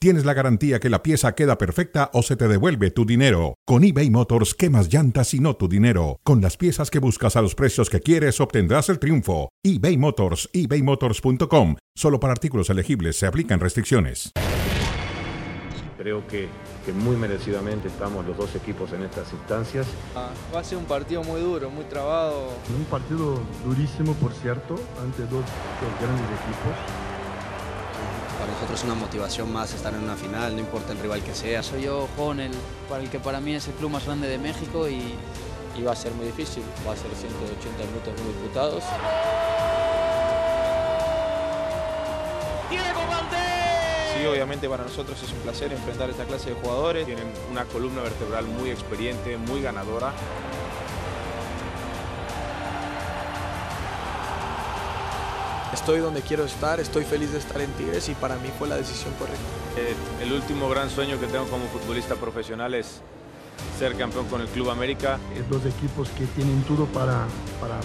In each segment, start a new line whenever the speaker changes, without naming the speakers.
tienes la garantía que la pieza queda perfecta o se te devuelve tu dinero. Con eBay Motors, quemas llantas y no tu dinero. Con las piezas que buscas a los precios que quieres, obtendrás el triunfo. eBay Motors, ebaymotors.com. Solo para artículos elegibles se aplican restricciones.
Creo que, que muy merecidamente estamos los dos equipos en estas instancias.
Ah, va a ser un partido muy duro, muy trabado.
Un partido durísimo, por cierto, ante dos, dos grandes equipos
para nosotros es una motivación más estar en una final, no importa el rival que sea.
Soy yo, Juan, el, para el que para mí es el club más grande de México y,
y va a ser muy difícil, va a ser 180 minutos muy disputados.
¡Diego Valdés!
Sí, obviamente para nosotros es un placer enfrentar esta clase de jugadores.
Tienen una columna vertebral muy experiente, muy ganadora.
estoy donde quiero estar, estoy feliz de estar en Tigres y para mí fue la decisión correcta.
Eh, el último gran sueño que tengo como futbolista profesional es ser campeón con el Club América.
eh, Dos equipos que tienen todo para, para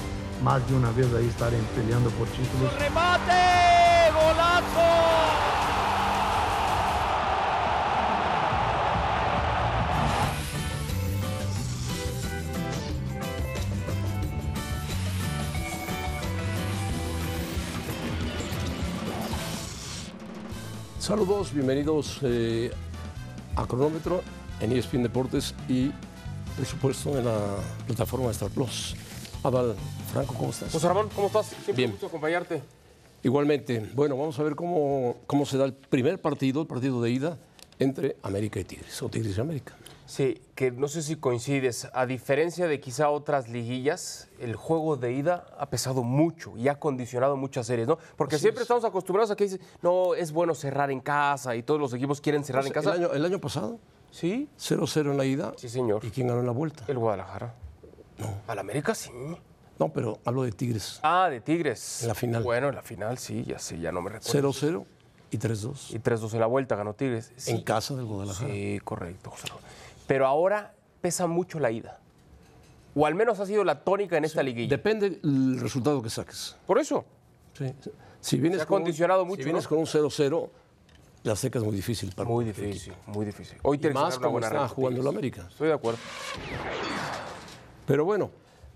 más de una vez ahí estar peleando por títulos.
¡Remate! ¡Golazo!
Saludos, bienvenidos eh, a Cronómetro en E ESPN Deportes y, por supuesto, en la plataforma Star Plus. Adal, Franco, ¿cómo estás?
José Pues, Ramón, ¿cómo estás? Siempre Bien. un gusto acompañarte.
Igualmente. Bueno, vamos a ver cómo, cómo se da el primer partido, el partido de ida, entre América y Tigres, o Tigres y América.
Sí, que no sé si coincides. A diferencia de quizá otras liguillas, el juego de ida ha pesado mucho y ha condicionado muchas series, ¿no? Porque Así siempre es. estamos acostumbrados a que dices, no, es bueno cerrar en casa y todos los equipos quieren cerrar pues en casa.
El año, el año pasado,
sí.
0-0 en la ida.
Sí, señor.
¿Y quién ganó en la vuelta?
El Guadalajara.
No.
Al América sí.
No, pero hablo de Tigres.
Ah, de Tigres.
En la final.
Bueno, en la final sí, ya sé, ya no me recuerdo.
0-0. Y 3-2.
Y 3-2 en la vuelta, ganó Tigres.
Sí. En casa del Guadalajara.
Sí, correcto. José pero ahora pesa mucho la ida. O al menos ha sido la tónica en esta sí, liguilla.
Depende el resultado que saques.
Por eso.
Sí. Si vienes
Se ha condicionado
con,
mucho.
Si vienes
¿no?
con un 0-0, la seca es muy difícil para
Muy difícil, muy difícil.
Hoy y más una como buena está jugando la América.
Estoy de acuerdo.
Pero bueno,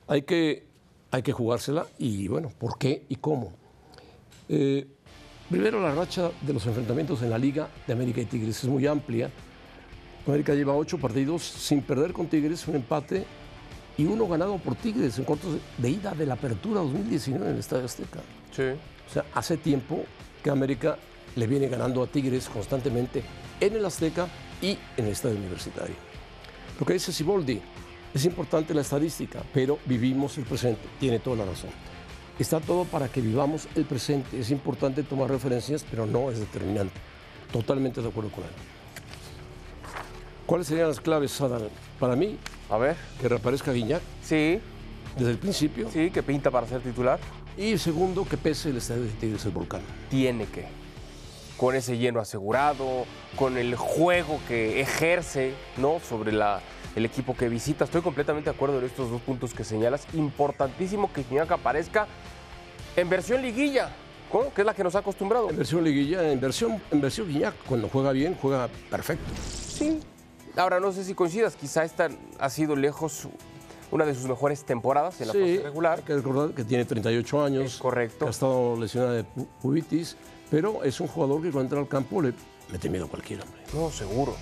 hay que, hay que jugársela y bueno, ¿por qué y cómo? Eh, primero, la racha de los enfrentamientos en la Liga de América y Tigres es muy amplia. América lleva ocho partidos sin perder con Tigres, un empate y uno ganado por Tigres en cuartos de ida de la apertura 2019 en el Estadio Azteca.
Sí.
O sea, hace tiempo que América le viene ganando a Tigres constantemente en el Azteca y en el Estadio Universitario. Lo que dice Siboldi, es importante la estadística, pero vivimos el presente, tiene toda la razón. Está todo para que vivamos el presente, es importante tomar referencias, pero no es determinante. Totalmente de acuerdo con él. ¿Cuáles serían las claves, Adal? Para mí,
a ver,
que reaparezca Guiñac.
Sí.
Desde el principio.
Sí, que pinta para ser titular.
Y segundo, que pese el estadio de Tigres el volcán.
Tiene que. Con ese lleno asegurado, con el juego que ejerce, ¿no? Sobre la, el equipo que visita. Estoy completamente de acuerdo en estos dos puntos que señalas. Importantísimo que Guiñac aparezca en versión liguilla. ¿Cómo? Que es la que nos ha acostumbrado.
En versión liguilla, en versión, en versión Guiñac, cuando juega bien, juega perfecto.
Sí, Ahora, no sé si coincidas, quizá esta ha sido lejos una de sus mejores temporadas en la
sí,
fase regular.
Hay que recordar que tiene 38 años.
Es correcto.
Ha estado lesionada de pubitis, pero es un jugador que cuando entra al campo le mete miedo a cualquier hombre.
No, seguro.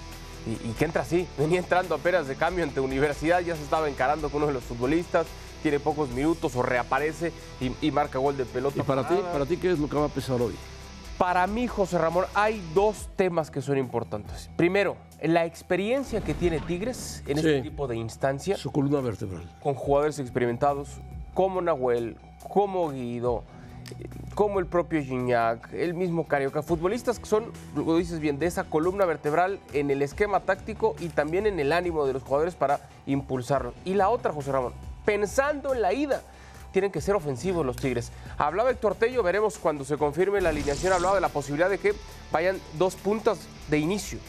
Y, y, que entra así. Venía entrando apenas de cambio ante universidad, ya se estaba encarando con uno de los futbolistas. Tiene pocos minutos o reaparece y, y marca gol de pelota.
¿Y para ti, para ti qué es lo que va a pesar hoy?
Para mí, José Ramón, hay dos temas que son importantes. Primero, la experiencia que tiene Tigres en sí. este tipo de instancia.
Su columna vertebral.
Con jugadores experimentados como Nahuel, como Guido, como el propio Gignac, el mismo Carioca. Futbolistas que son, lo dices bien, de esa columna vertebral en el esquema táctico y también en el ánimo de los jugadores para impulsarlo. Y la otra, José Ramón, pensando en la ida tienen que ser ofensivos los Tigres. Hablaba Héctor Tello, veremos cuando se confirme la alineación, hablaba de la posibilidad de que vayan dos puntas de inicio,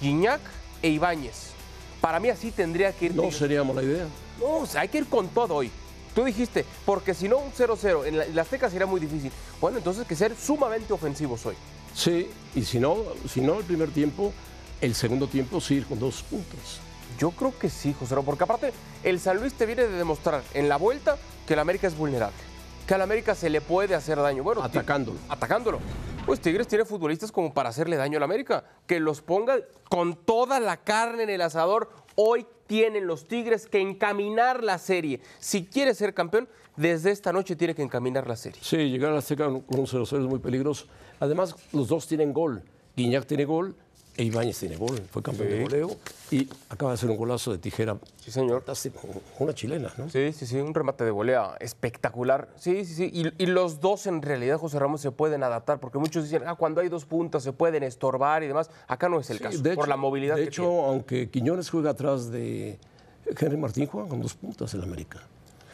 Guiñac e Ibáñez. Para mí así tendría que ir.
No sería mala idea.
No, o sea, hay que ir con todo hoy. Tú dijiste, porque si no un 0-0 en la, en la Azteca sería muy difícil. Bueno, entonces hay que ser sumamente ofensivos hoy.
Sí, y si no, si no el primer tiempo, el segundo tiempo sí ir con dos puntos.
Yo creo que sí, José, Ramón, porque aparte el San Luis te viene de demostrar en la vuelta que el América es vulnerable, que al América se le puede hacer daño. Bueno,
atacándolo.
Atacándolo. Pues Tigres tiene futbolistas como para hacerle daño al América, que los ponga con toda la carne en el asador. Hoy tienen los Tigres que encaminar la serie. Si quiere ser campeón, desde esta noche tiene que encaminar la serie.
Sí, llegar a la Azteca con un 0-0 es muy peligroso. Además, los dos tienen gol. Guiñac tiene gol e Ibáñez tiene gol. Fue campeón
Sí.
de goleo y acaba de hacer un golazo de tijera.
Sí, señor.
Fantástico. Una chilena, ¿no?
Sí, sí, sí, un remate de volea espectacular. Sí, sí, sí. Y, y los dos en realidad, José Ramón, se pueden adaptar, porque muchos dicen, ah, cuando hay dos puntas se pueden estorbar y demás. Acá no es el
Sí,
caso,
de
por la movilidad
De
que
hecho,
tiene.
aunque Quiñones juega atrás de Henry Martín, juegan con dos puntas en América.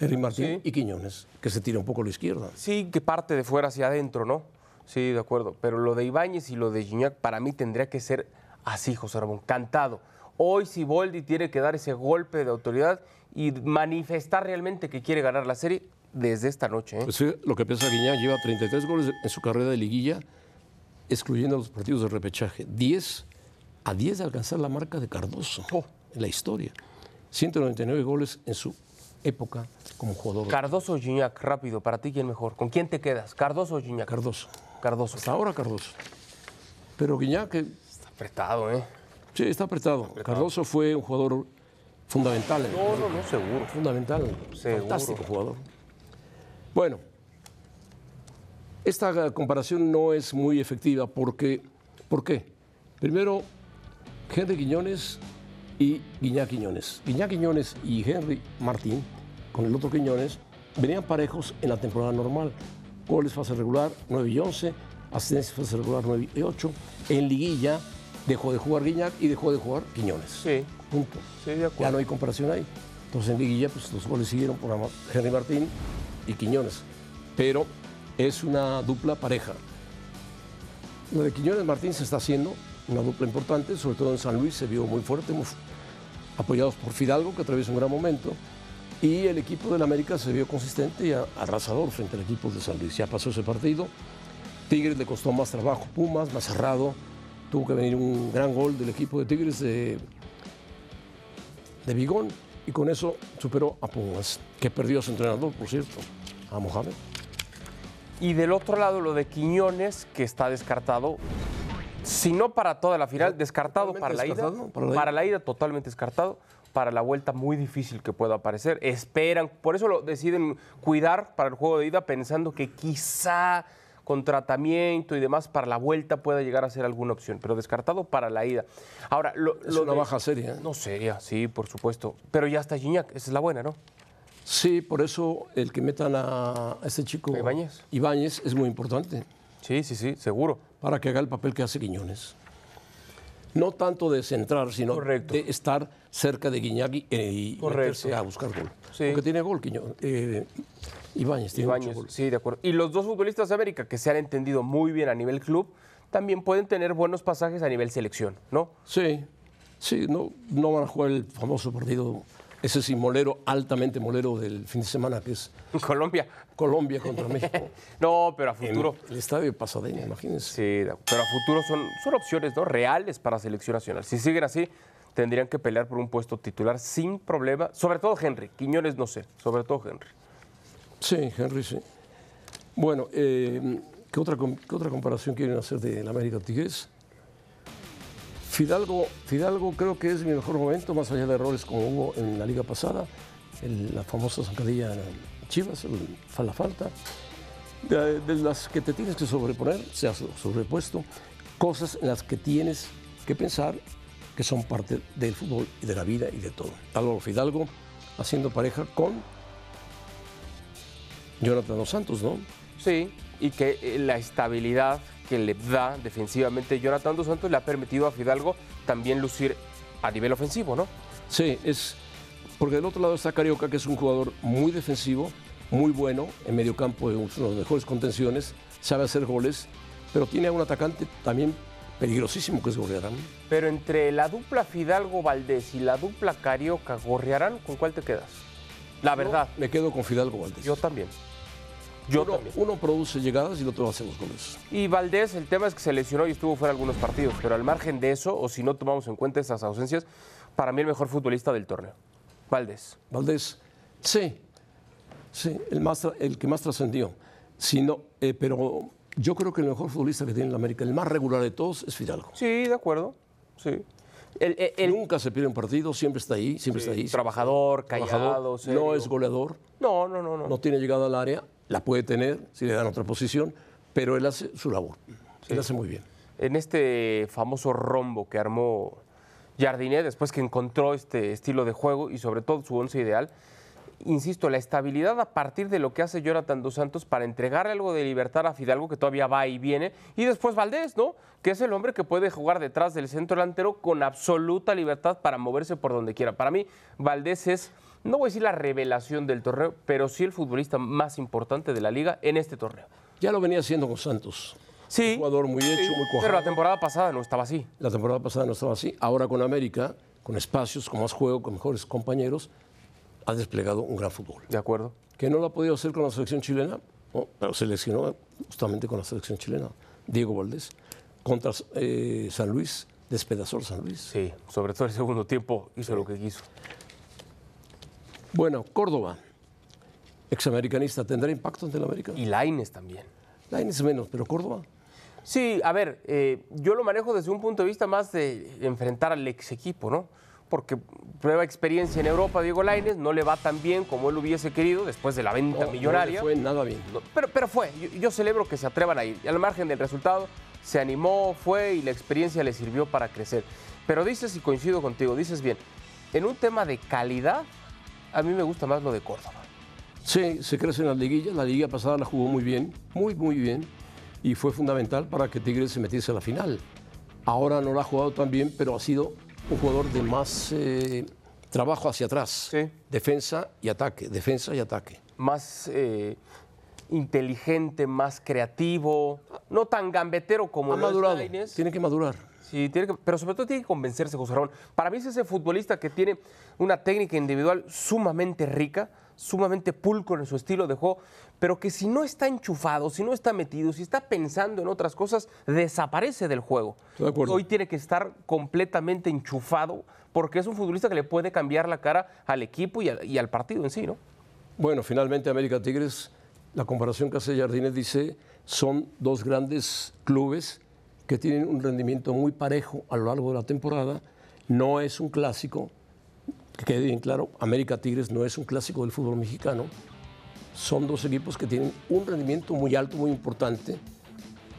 Henry Martín y Quiñones, que se tira un poco a la izquierda.
Sí, que parte de fuera hacia adentro, ¿no? Sí, de acuerdo. Pero lo de Ibáñez y lo de Gignac para mí tendría que ser así, José Ramón, cantado. Hoy Siboldi tiene que dar ese golpe de autoridad y manifestar realmente que quiere ganar la serie desde esta noche. ¿eh?
Pues sí, lo que piensa Guiñán lleva 33 goles en su carrera de liguilla, excluyendo los partidos de repechaje. 10 a 10 de alcanzar la marca de Cardoso
Oh.
en la historia. 199 goles en su época como jugador.
Cardoso o Gignac, rápido, para ti quién mejor. ¿Con quién te quedas? ¿Cardoso o Gignac?
Cardoso.
Cardoso.
Hasta ahora Cardoso. Pero Guiñán que
Está apretado, ¿eh?
sí, está apretado. Cardoso fue un jugador fundamental. en-
No, no, no, seguro.
Fundamental.
Seguro.
Fantástico jugador. Bueno, esta comparación no es muy efectiva porque, ¿por qué? Primero, Henry Quiñones y Guiñá Quiñones. Guiñá Quiñones y Henry Martín, con el otro Quiñones, venían parejos en la temporada normal. Goles fase regular 9 y 11, asistencia fase regular 9 y 8. En liguilla dejó de jugar Guiñac y dejó de jugar Quiñones.
Sí.
Punto.
Sí, de
Ya no
acuerdo.
hay comparación ahí. Entonces en Liguilla pues, los goles siguieron por Ama- Henry Martín y Quiñones. Pero es una dupla pareja. Lo de Quiñones Martín se está haciendo, una dupla importante, sobre todo en San Luis se vio muy fuerte, muy fu- apoyados por Fidalgo, que atraviesa un gran momento. Y el equipo del América se vio consistente y a- arrasador frente al equipo de San Luis. Ya pasó ese partido. Tigres le costó más trabajo, Pumas, más cerrado. Tuvo que venir un gran gol del equipo de Tigres de de Bigón y con eso superó a Pumas, que perdió a su entrenador, por cierto, a Mohamed.
Y del otro lado, lo de Quiñones, que está descartado. Si no para toda la final, descartado, para, la
descartado
ida,
para la
Para la ida, totalmente descartado. Para la vuelta, muy difícil que pueda aparecer. Esperan, por eso lo deciden cuidar para el juego de ida, pensando que quizá con tratamiento y demás, para la vuelta pueda llegar a ser alguna opción. Pero descartado para la ida. Ahora, lo,
Es
lo
una
de-
baja seria. ¿eh?
No seria, sí, por supuesto. Pero ya está Gignac, esa es la buena, ¿no?
Sí, por eso el que metan a este chico
Ibáñez.
Ibáñez es muy importante
Sí, sí, sí, seguro.
para que haga el papel que hace Quiñones. No tanto de centrar, sino de estar cerca de Guiñagui y meterse a buscar gol. Porque tiene gol Quiñones. eh, Ibáñez tiene mucho
Ibáñez,
gol.
sí, de acuerdo. Y los dos futbolistas de América que se han entendido muy bien a nivel club, también pueden tener buenos pasajes a nivel selección, ¿no?
Sí, sí, no, no van a jugar el famoso partido, ese sí molero, altamente molero del fin de semana, que es
Colombia.
Colombia contra México.
No, pero a futuro.
El estadio de Pasadena, imagínense.
Sí, de acuerdo. pero a futuro son, son opciones ¿no? reales para selección nacional. Si siguen así, tendrían que pelear por un puesto titular sin problema. Sobre todo Henry. Quiñones no sé, sobre todo Henry.
Sí, Henry, sí. Bueno, eh, ¿qué, otra, com- qué otra comparación quieren hacer del América Tigres? Fidalgo, Fidalgo creo que es mi mejor momento, más allá de errores como hubo en la liga pasada, el- la famosa zancadilla en Chivas, el- fa- la falta. De, de las que te tienes que sobreponer, se ha so- sobrepuesto, cosas en las que tienes que pensar que son parte del fútbol y de la vida y de todo. Álvaro Fidalgo haciendo pareja con Jonathan Dos Santos, ¿no?
Sí, y que eh, la estabilidad que le da defensivamente Jonathan Dos Santos le ha permitido a Fidalgo también lucir a nivel ofensivo, ¿no?
Sí, es porque del otro lado está Carioca, que es un jugador muy defensivo, muy bueno, en medio campo es uno de los mejores contenciones, sabe hacer goles, pero tiene a un atacante también peligrosísimo que es Gorriarán.
Pero entre la dupla Fidalgo-Valdés y la dupla Carioca-Gorriarán, ¿con cuál te quedas? La
Yo
verdad.
me quedo con Fidalgo Valdés.
Yo también. Yo
uno,
también.
uno produce llegadas y el otro hace los goles.
Y Valdés, el tema es que se lesionó y estuvo fuera algunos partidos, pero al margen de eso, o si no tomamos en cuenta esas ausencias, para mí el mejor futbolista del torneo. Valdés.
Valdés, sí, sí, el, más tra- el que más trascendió. Si no, eh, pero yo creo que el mejor futbolista que tiene en la América, el más regular de todos, es Fidalgo.
Sí, de acuerdo. Sí.
Nunca se pierde un partido, siempre está ahí, siempre
Sí,
está ahí.
trabajador, callado, serio. Ah.
No es goleador,
No, no, no, no.
no tiene llegada al área, la puede tener si le dan otra posición, pero él hace su labor. Él hace muy bien.
En este famoso rombo que armó Jardiné después que encontró este estilo de juego y sobre todo su once ideal, insisto, la estabilidad a partir de lo que hace Jonathan Dos Santos para entregarle algo de libertad a Fidalgo que todavía va y viene, y después Valdés, ¿no? Que es el hombre que puede jugar detrás del centro delantero con absoluta libertad para moverse por donde quiera. Para mí, Valdés es, no voy a decir la revelación del torneo, pero sí el futbolista más importante de la liga en este torneo.
Ya lo venía haciendo con Santos.
Sí.
Un jugador muy hecho, muy cuajado.
Pero la temporada pasada no estaba así.
La temporada pasada no estaba así. Ahora con América, con espacios, con más juego, con mejores compañeros, ha desplegado un gran fútbol.
De acuerdo.
Que no lo ha podido hacer con la selección chilena, no, pero se lesionó justamente con la selección chilena. Diego Valdés contra eh, San Luis, despedazó al San Luis.
Sí, sobre todo el segundo tiempo hizo lo que quiso.
Bueno, Córdoba, examericanista, ¿tendrá impacto ante el América?
Y Laines también.
Lainez menos, pero Córdoba.
Sí, a ver, eh, yo lo manejo desde un punto de vista más de enfrentar al ex equipo, ¿no? Porque prueba experiencia en Europa, Diego Laines, no le va tan bien como él hubiese querido después de la venta
no le
millonaria.
fue nada bien.
No, pero, pero fue, yo, yo celebro que se atrevan a ir. Y al margen del resultado, se animó, fue y la experiencia le sirvió para crecer. Pero dices, y coincido contigo, dices bien, en un tema de calidad, a mí me gusta más lo de Córdoba.
Sí, se crece en las liguillas. La liga pasada la jugó muy bien, muy, muy bien. Y fue fundamental para que Tigres se metiese a la final. Ahora no la ha jugado tan bien, pero ha sido un jugador de más eh, trabajo hacia atrás. Defensa y ataque, defensa y ataque.
más eh, inteligente, más creativo, no tan gambetero como
Ha
lo es
madurado,
Lainez.
tiene que madurar.
Sí, tiene que- pero sobre todo tiene que convencerse José Ramón. Para mí es ese futbolista que tiene una técnica individual sumamente rica, sumamente pulcro en su estilo de juego, pero que si no está enchufado, si no está metido, si está pensando en otras cosas, desaparece del juego.
Estoy de acuerdo.
Hoy tiene que estar completamente enchufado porque es un futbolista que le puede cambiar la cara al equipo y al, y al partido en sí, ¿no?
Bueno, finalmente América Tigres, la comparación que hace Jardines dice, son dos grandes clubes que tienen un rendimiento muy parejo a lo largo de la temporada. No es un clásico, que quede bien claro, América Tigres no es un clásico del fútbol mexicano. Son dos equipos que tienen un rendimiento muy alto, muy importante.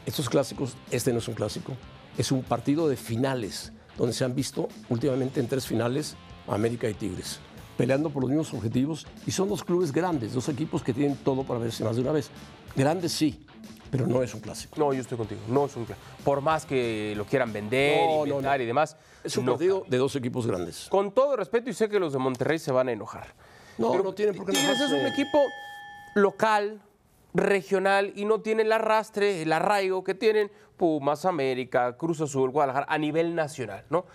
Estos clásicos, este no es un clásico, es un partido de finales, donde se han visto últimamente en tres finales América y Tigres, peleando por los mismos objetivos y son dos clubes grandes, dos equipos que tienen todo para verse más de una vez. Grandes sí, pero no es un clásico.
No, yo estoy contigo. No es un cla- Por más que lo quieran vender,
No, no,
inventar y demás.
Es un
no.
partido de dos equipos grandes.
Con todo respeto, y sé que los de Monterrey se van a enojar.
No, no tienen por qué
Tigres es
enojarse.
un equipo local, regional, y no tiene el arrastre, el arraigo que tienen Pumas, América, Cruz Azul, Guadalajara, a nivel nacional, ¿no?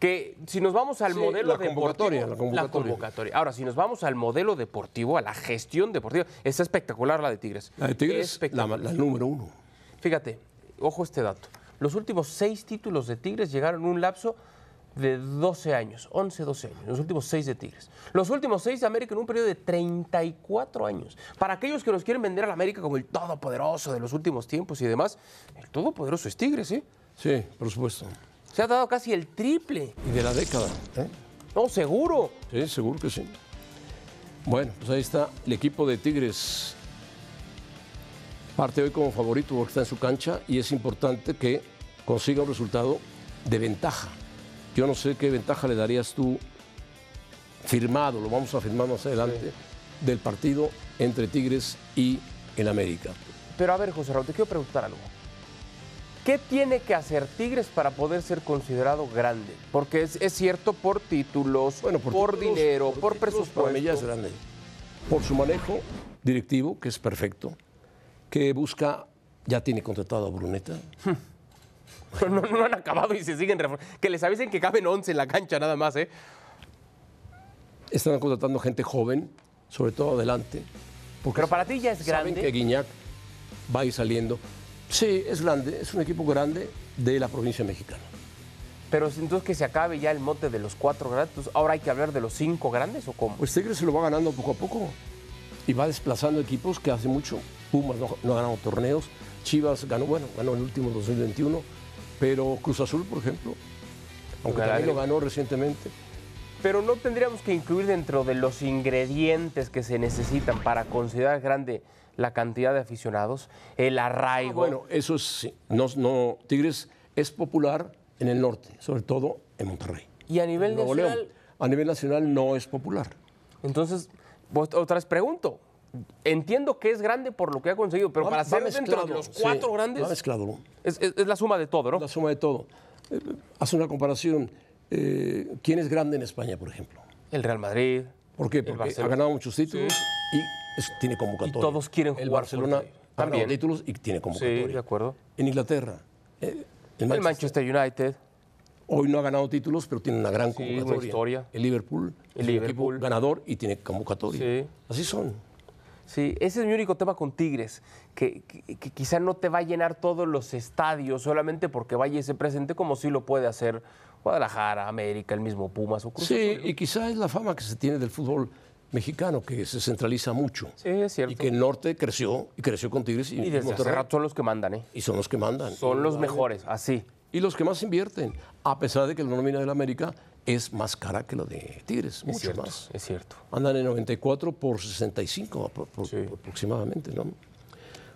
Que si nos vamos al
Sí,
modelo
la convocatoria,
deportivo,
la convocatoria.
convocatoria. Ahora, si nos vamos al modelo deportivo, a la gestión deportiva, es espectacular la de Tigres.
La de Tigres, la,
Espectacular.
la número uno.
Fíjate, ojo este dato. Los últimos seis títulos de Tigres llegaron en un lapso de 12 años, 11, 12 años, los últimos seis de Tigres. Los últimos seis de América en un periodo de 34 años. Para aquellos que nos quieren vender a la América como el todopoderoso de los últimos tiempos y demás, el todopoderoso es Tigres, ¿eh?
Sí, por supuesto.
Se ha dado casi el triple.
Y de la década. ¿eh?
No, seguro.
Sí, seguro que sí. Bueno, pues ahí está el equipo de Tigres. Parte hoy como favorito porque está en su cancha y es importante que consiga un resultado de ventaja. Yo no sé qué ventaja le darías tú firmado, lo vamos a firmar más adelante, del partido entre Tigres y el América.
Pero a ver, José Raúl, te quiero preguntar algo. ¿Qué tiene que hacer Tigres para poder ser considerado grande? Porque es, es cierto por títulos, por,
títulos,
dinero, por,
por títulos,
presupuesto.
para mí ya es grande. por su manejo directivo, que es perfecto, que busca, ya tiene contratado a Bruneta.
No, no han acabado y se siguen reform- Que les avisen que caben 11 en la cancha nada más, ¿eh?
Están contratando gente joven, sobre todo adelante. Porque
Pero para ti ya es
Pues, saben
grande.
que Guiñac va a ir saliendo. Sí, es grande, es un equipo grande de la provincia mexicana.
Pero entonces que se acabe ya el mote de los cuatro grandes, entonces, ahora hay que hablar de los cinco grandes o cómo.
Pues Tigres se lo va ganando poco a poco y va desplazando equipos que hace mucho. Pumas no, no ha ganado torneos, Chivas ganó, bueno, ganó el último 2021, pero Cruz Azul, por ejemplo, aunque
Ganaré.
también lo ganó recientemente.
Pero no tendríamos que incluir dentro de los ingredientes que se necesitan para considerar grande la cantidad de aficionados, el arraigo.
Ah, Bueno, eso es, sí, no, no, Tigres es popular en el norte, sobre todo en Monterrey.
y a nivel
Nuevo
nacional,
León. A nivel nacional no es popular.
entonces, vos- otra vez pregunto. Entiendo que es grande por lo que ha conseguido, pero
Va-
para
va
ser dentro de
mezclado,
los
sí,
cuatro grandes.
Va mezclado.
Es, la suma de todo, ¿no?
La suma de todo. Eh, Haz una comparación. eh, ¿Quién es grande en España, por ejemplo?
El Real Madrid.
¿Por qué?
el
Porque ha
Barcelona.
ganado muchos títulos y es- tiene convocatoria.
Y todos quieren
El
jugar
Barcelona
contra él.
ha ganado
También.
títulos y tiene convocatoria.
Sí, de acuerdo.
En Inglaterra. eh, el
El Manchester United.
Hoy no ha ganado títulos, pero tiene una gran
Sí, una
convocatoria.
historia.
El Liverpool
El
es un equipo
Liverpool.
ganador y tiene convocatoria.
Sí.
Así son.
Sí, ese es mi único tema con Tigres, que, que- que quizá no te va a llenar todos los estadios solamente porque vaya ese presente como sí lo puede hacer Guadalajara, América, el mismo Pumas o Cruz.
Sí, y quizá es la fama que se tiene del fútbol mexicano, que se centraliza mucho.
Sí, es cierto.
Y que el norte creció, y creció con Tigres y,
Y desde hace
Monterrey.
rato son los que mandan, ¿eh?
Y son los que mandan.
Son los mejores, así.
Y los que más invierten, a pesar de que la nómina del América es más cara que la de Tigres, mucho
cierto,
más.
Es cierto.
Andan en 94 por 65 apro- por- aproximadamente, ¿no?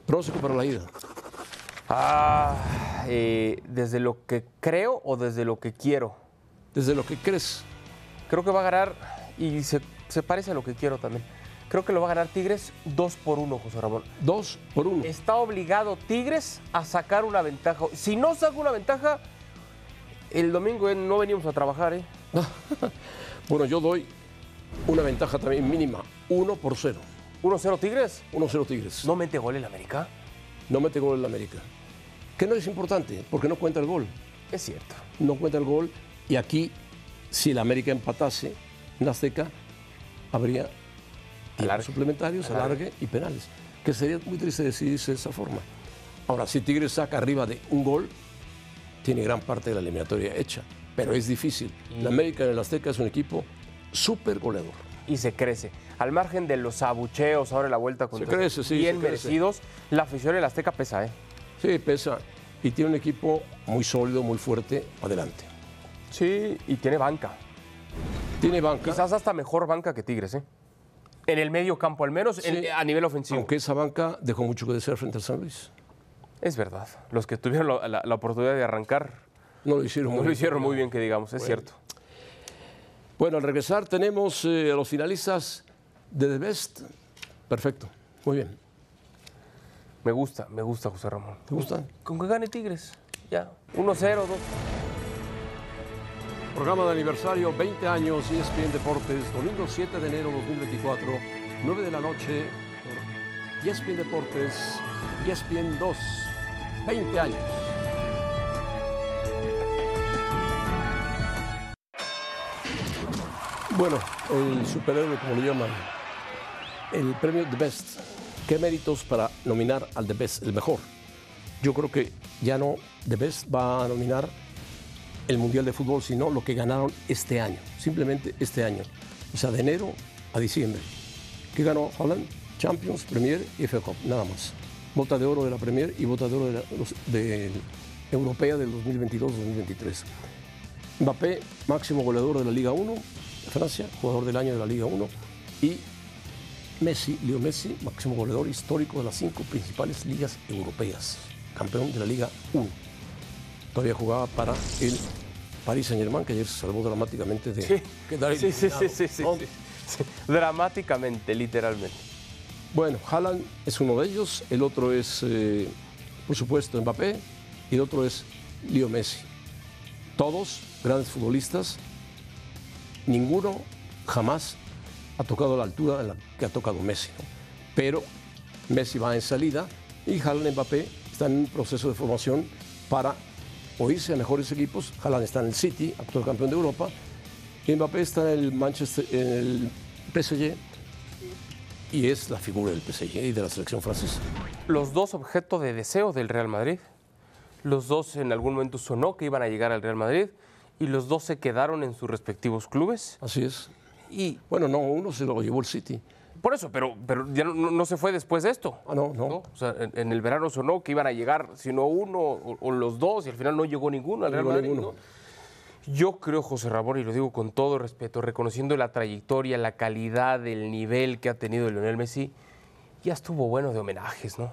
Próximo para la ida.
Ah, eh, desde lo que creo o desde lo que quiero.
Desde lo que crees.
Creo que va a ganar, y se, se parece a lo que quiero también. Creo que lo va a ganar Tigres 2 por 1, José Ramón.
Dos por uno.
Está obligado Tigres a sacar una ventaja. Si no saca una ventaja, el domingo eh, no venimos a trabajar, ¿eh?
Bueno, yo doy una ventaja también mínima, 1 por 0.
¿1-0 Tigres?
1-0 Tigres.
¿No mete gol el América?
No mete gol el América. Que no es importante, porque no cuenta el gol.
Es cierto.
No cuenta el gol. Y aquí, si el América empatase en Azteca, habría tiempos suplementarios,
Alargue.
alargue y penales. Que sería muy triste decidirse de esa forma. Ahora, si Tigres saca arriba de un gol, tiene gran parte de la eliminatoria hecha. Pero es difícil.
Mm.
El América en el Azteca es un equipo súper goleador.
Y se crece. Al margen de los abucheos ahora en la vuelta contra
crece, sí,
bien
se crece.
merecidos, la afición en la Azteca pesa, ¿eh?
Sí, pesa. Y tiene un equipo muy sólido, muy fuerte, adelante.
Sí, y tiene banca.
Tiene banca.
Quizás hasta mejor banca que Tigres, ¿eh? En el medio campo, al menos, en-
Sí.
a nivel ofensivo.
Aunque esa banca dejó mucho que desear frente al San Luis.
Es verdad. Los que tuvieron la, la- la oportunidad de arrancar
No lo hicieron
no
muy
lo
bien.
hicieron muy bien, que digamos, es cierto.
Bueno, al regresar tenemos eh, a los finalistas de The Best. Perfecto. Muy bien.
Me gusta, me gusta José Ramón.
¿Te gusta?
Con que gane Tigres, ya. 1-0, 2.
Programa de aniversario 20 años E ESPN Deportes, domingo 7 de enero 2024, 9 de la noche, por E ESPN Deportes, E ESPN 2, 20 años. Bueno, el superhéroe, como lo llaman, el premio The Best. ¿Qué méritos para nominar al The Best, el mejor? Yo creo que ya no The Best va a nominar el Mundial de Fútbol, sino lo que ganaron este año, simplemente este año. O sea, de enero a diciembre. ¿Qué ganó Holland? Champions, Premier y FA Cup, nada más. Bota de oro de la Premier y bota de oro de la los- de- Europea del 2022-2023. Mbappé, máximo goleador de la Liga 1, de Francia, jugador del año de la Liga 1. Y Messi, Leo Messi, máximo goleador histórico de las cinco principales ligas europeas, campeón de la Liga 1 todavía jugaba para el Paris Saint Germain, que ayer se salvó dramáticamente de quedar
sí, sí,
eliminado.
sí, sí, sí, sí, sí. Dramáticamente, literalmente.
Bueno, Haaland es uno de ellos, el otro es, eh, por supuesto, Mbappé, y el otro es Leo Messi. Todos grandes futbolistas, ninguno jamás ha tocado a la altura en la que ha tocado Messi. ¿no? Pero Messi va en salida y Haaland y Mbappé están en un proceso de formación para o irse a mejores equipos. Haaland está en el City, actual campeón de Europa. Y Mbappé está en el Manchester, en el PSG y es la figura del PSG y de la selección francesa.
Los dos objeto de deseo del Real Madrid. Los dos en algún momento sonó que iban a llegar al Real Madrid y los dos se quedaron en sus respectivos clubes.
Así es. Y bueno, no, uno se lo llevó el City.
Por eso, pero, pero ya no, no- no se fue después de esto.
Ah, no, no.
O sea, en, en el verano sonó que iban a llegar, si no uno o, o los dos, y al final no llegó ninguno al
No
Real
llegó
Madrid.
ninguno.
¿no? Yo creo, José Ramón, y lo digo con todo respeto, reconociendo la trayectoria, la calidad, el nivel que ha tenido Lionel Messi, ya estuvo bueno de homenajes, ¿no?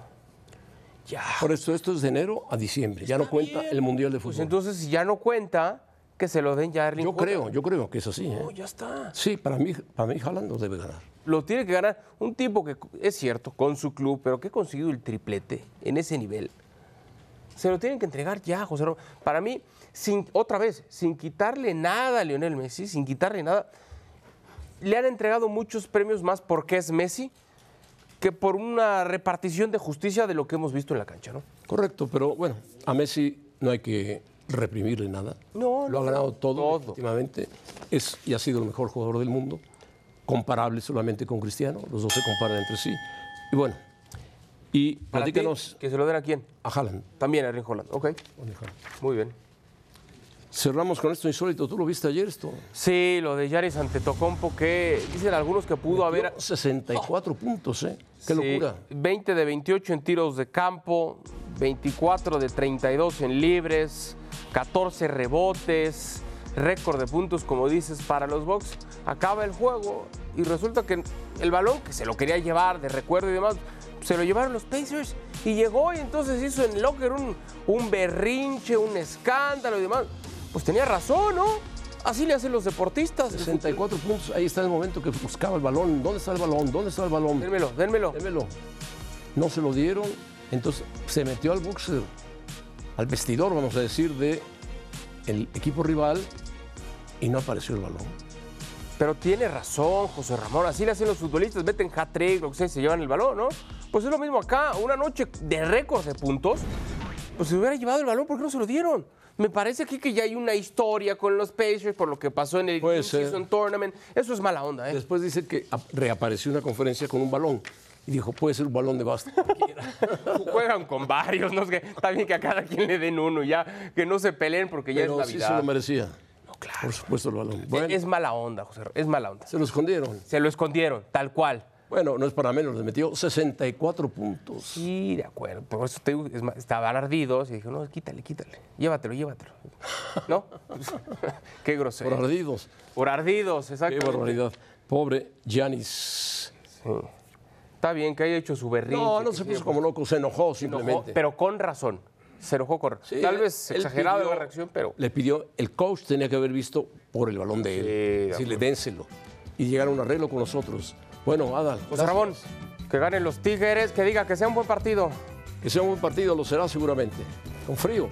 Por eso esto es de enero a diciembre. Ya no cuenta el Mundial de Fútbol.
Pues entonces, si ya no cuenta, que se lo den ya a Erling
yo
Haaland.
creo, yo creo que es así. ¿eh?
No, ya está.
Sí, para mí, para mí Haaland lo debe ganar.
Lo tiene que ganar un tipo que, es cierto, con su club, pero que ha conseguido el triplete en ese nivel. Se lo tienen que entregar ya, José Ramón. Para mí, sin, otra vez, sin quitarle nada a Lionel Messi, sin quitarle nada, le han entregado muchos premios más porque es Messi que por una repartición de justicia de lo que hemos visto en la cancha, ¿no?
Correcto, pero bueno, a Messi no hay que reprimirle nada.
No,
Lo ha ganado todo, últimamente. Es y ha sido el mejor jugador del mundo. Comparable solamente con Cristiano. Los dos se comparan entre sí. Y bueno, y
Para ti,
platícanos.
¿Que se lo den a quién?
A Haaland.
También a Erling Haaland, ok. Muy bien.
Cerramos con esto insólito. ¿Tú lo viste ayer esto?
Sí, lo de Yaris Antetokounmpo que dicen algunos que pudo haber
64 puntos, ¿eh? Qué
Sí,
locura.
20 de 28 en tiros de campo, 24 de 32 en libres, 14 rebotes, récord de puntos, como dices, para los Bucks. Acaba el juego y resulta que el balón, que se lo quería llevar de recuerdo y demás, se lo llevaron los Pacers y llegó y entonces hizo en locker un, un berrinche, un escándalo y demás. Pues tenía razón, ¿no? Así le hacen los deportistas.
64 puntos. Ahí está el momento que buscaba el balón. ¿Dónde está el balón? ¿Dónde está el balón?
Dénmelo, dénmelo.
Démelo. No se lo dieron. Entonces se metió al boxer, al vestidor, vamos a decir, de el equipo rival y no apareció el balón.
Pero tiene razón, José Ramón. Así le hacen los futbolistas. Meten hat-trick, lo que sea, y se llevan el balón, ¿no? Pues es lo mismo acá. Una noche de récord de puntos. Pues se hubiera llevado el balón, ¿por qué no se lo dieron? Me parece aquí que ya hay una historia con los Pacers por lo que pasó en el
ser.
Season Tournament. Eso es mala onda, ¿eh?
Después dice que ap- reapareció en una conferencia con un balón y dijo, puede ser un balón de basta.
Juegan con varios, ¿no? Es que está bien que a cada quien le den uno ya. Que no se peleen porque ya
Pero
es
sí se lo
Navidad.
merecía. Por supuesto el balón. Bueno,
Es mala onda, José Ramón. Es mala onda.
se lo escondieron.
Se lo escondieron, tal cual.
Bueno, no es para menos, le metió 64 puntos.
Sí, de acuerdo. Por eso te digo, es más, estaban ardidos y dije, no, quítale, quítale. Llévatelo, llévatelo. ¿No? Qué grosero.
Por ardidos.
Por ardidos,
Qué
exactamente.
barbaridad. Pobre Giannis.
Está bien que haya hecho su berrinche.
No, no
que
se
sea,
puso como loco, se enojó simplemente.
enojó, pero con razón. Se enojó con razón. Tal vez
él
exagerado
pidió-
la reacción, pero pues,
Le pidió, el coach tenía que haber visto por el balón de él. decirle, dénselo. Y llegar a un arreglo con nosotros. Bueno, Adal.
José Ramón, que ganen los Tigres, que diga que sea un buen partido.
Que sea un buen partido, lo será seguramente. Con frío,